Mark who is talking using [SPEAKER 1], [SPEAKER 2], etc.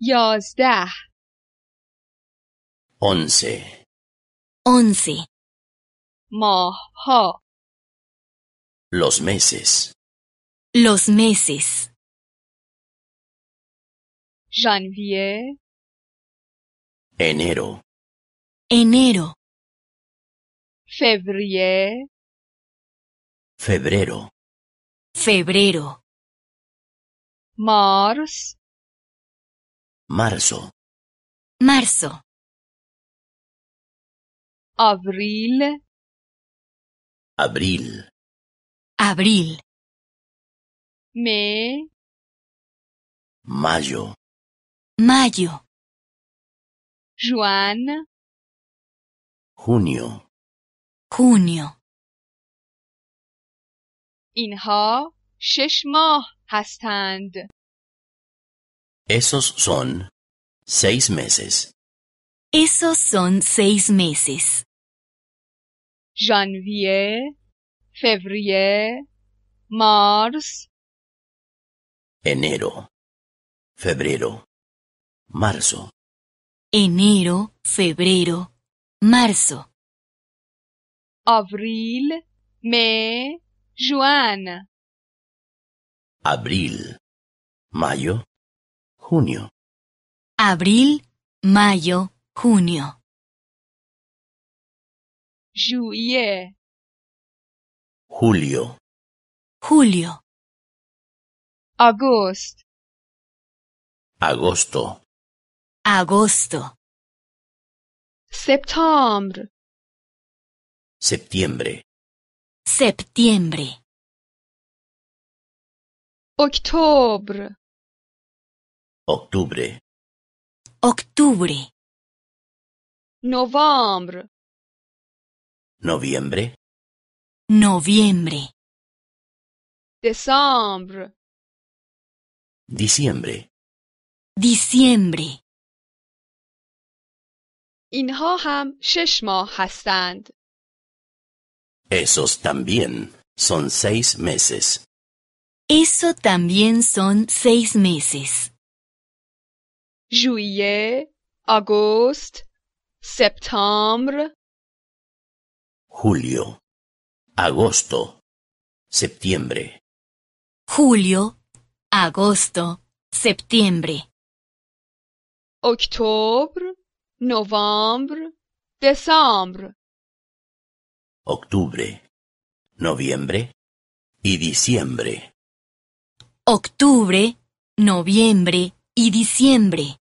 [SPEAKER 1] یازده
[SPEAKER 2] once,
[SPEAKER 3] 11.
[SPEAKER 1] ماهها
[SPEAKER 2] los meses,
[SPEAKER 3] Los meses.
[SPEAKER 1] ژانویه
[SPEAKER 2] enero,
[SPEAKER 3] Enero,
[SPEAKER 1] فوریه
[SPEAKER 2] febrero,
[SPEAKER 3] febrero,
[SPEAKER 1] مارس
[SPEAKER 2] marzo,
[SPEAKER 3] marzo,
[SPEAKER 1] آوریل
[SPEAKER 2] abril,
[SPEAKER 3] abril,
[SPEAKER 1] می
[SPEAKER 2] mayo,
[SPEAKER 3] mayo,
[SPEAKER 1] ژوئن
[SPEAKER 2] junio.
[SPEAKER 3] junio.
[SPEAKER 1] اینها شش ماه هستند
[SPEAKER 2] Esos son seis meses.
[SPEAKER 3] Esos son seis meses.
[SPEAKER 1] ژانویه فوریه مارس
[SPEAKER 2] Enero, febrero, marzo,
[SPEAKER 3] Enero, febrero, marzo,
[SPEAKER 1] آوریل می ژوئن
[SPEAKER 2] abril, mayo, junio.
[SPEAKER 3] abril, mayo, junio.
[SPEAKER 1] ژوئیه
[SPEAKER 2] Julio,
[SPEAKER 3] Julio,
[SPEAKER 1] آگوست
[SPEAKER 2] agosto,
[SPEAKER 3] agosto,
[SPEAKER 1] سپتامبر
[SPEAKER 2] septiembre,
[SPEAKER 3] septiembre,
[SPEAKER 1] اکتبر
[SPEAKER 2] octubre,
[SPEAKER 3] octubre,
[SPEAKER 1] نوامبر
[SPEAKER 2] noviembre,
[SPEAKER 3] noviembre,
[SPEAKER 1] دسامبر
[SPEAKER 2] diciembre.
[SPEAKER 3] diciembre.
[SPEAKER 1] اینها هم شش ماه هستند
[SPEAKER 2] Esos también son seis meses.
[SPEAKER 3] Eso también son seis meses.
[SPEAKER 1] ژوئیه آگوست سپتامبر
[SPEAKER 2] Julio, agosto, septiembre,
[SPEAKER 3] Julio, agosto, septiembre,
[SPEAKER 1] اکتبر نوامبر دسامبر
[SPEAKER 2] octubre, noviembre y diciembre.
[SPEAKER 3] octubre, noviembre y diciembre.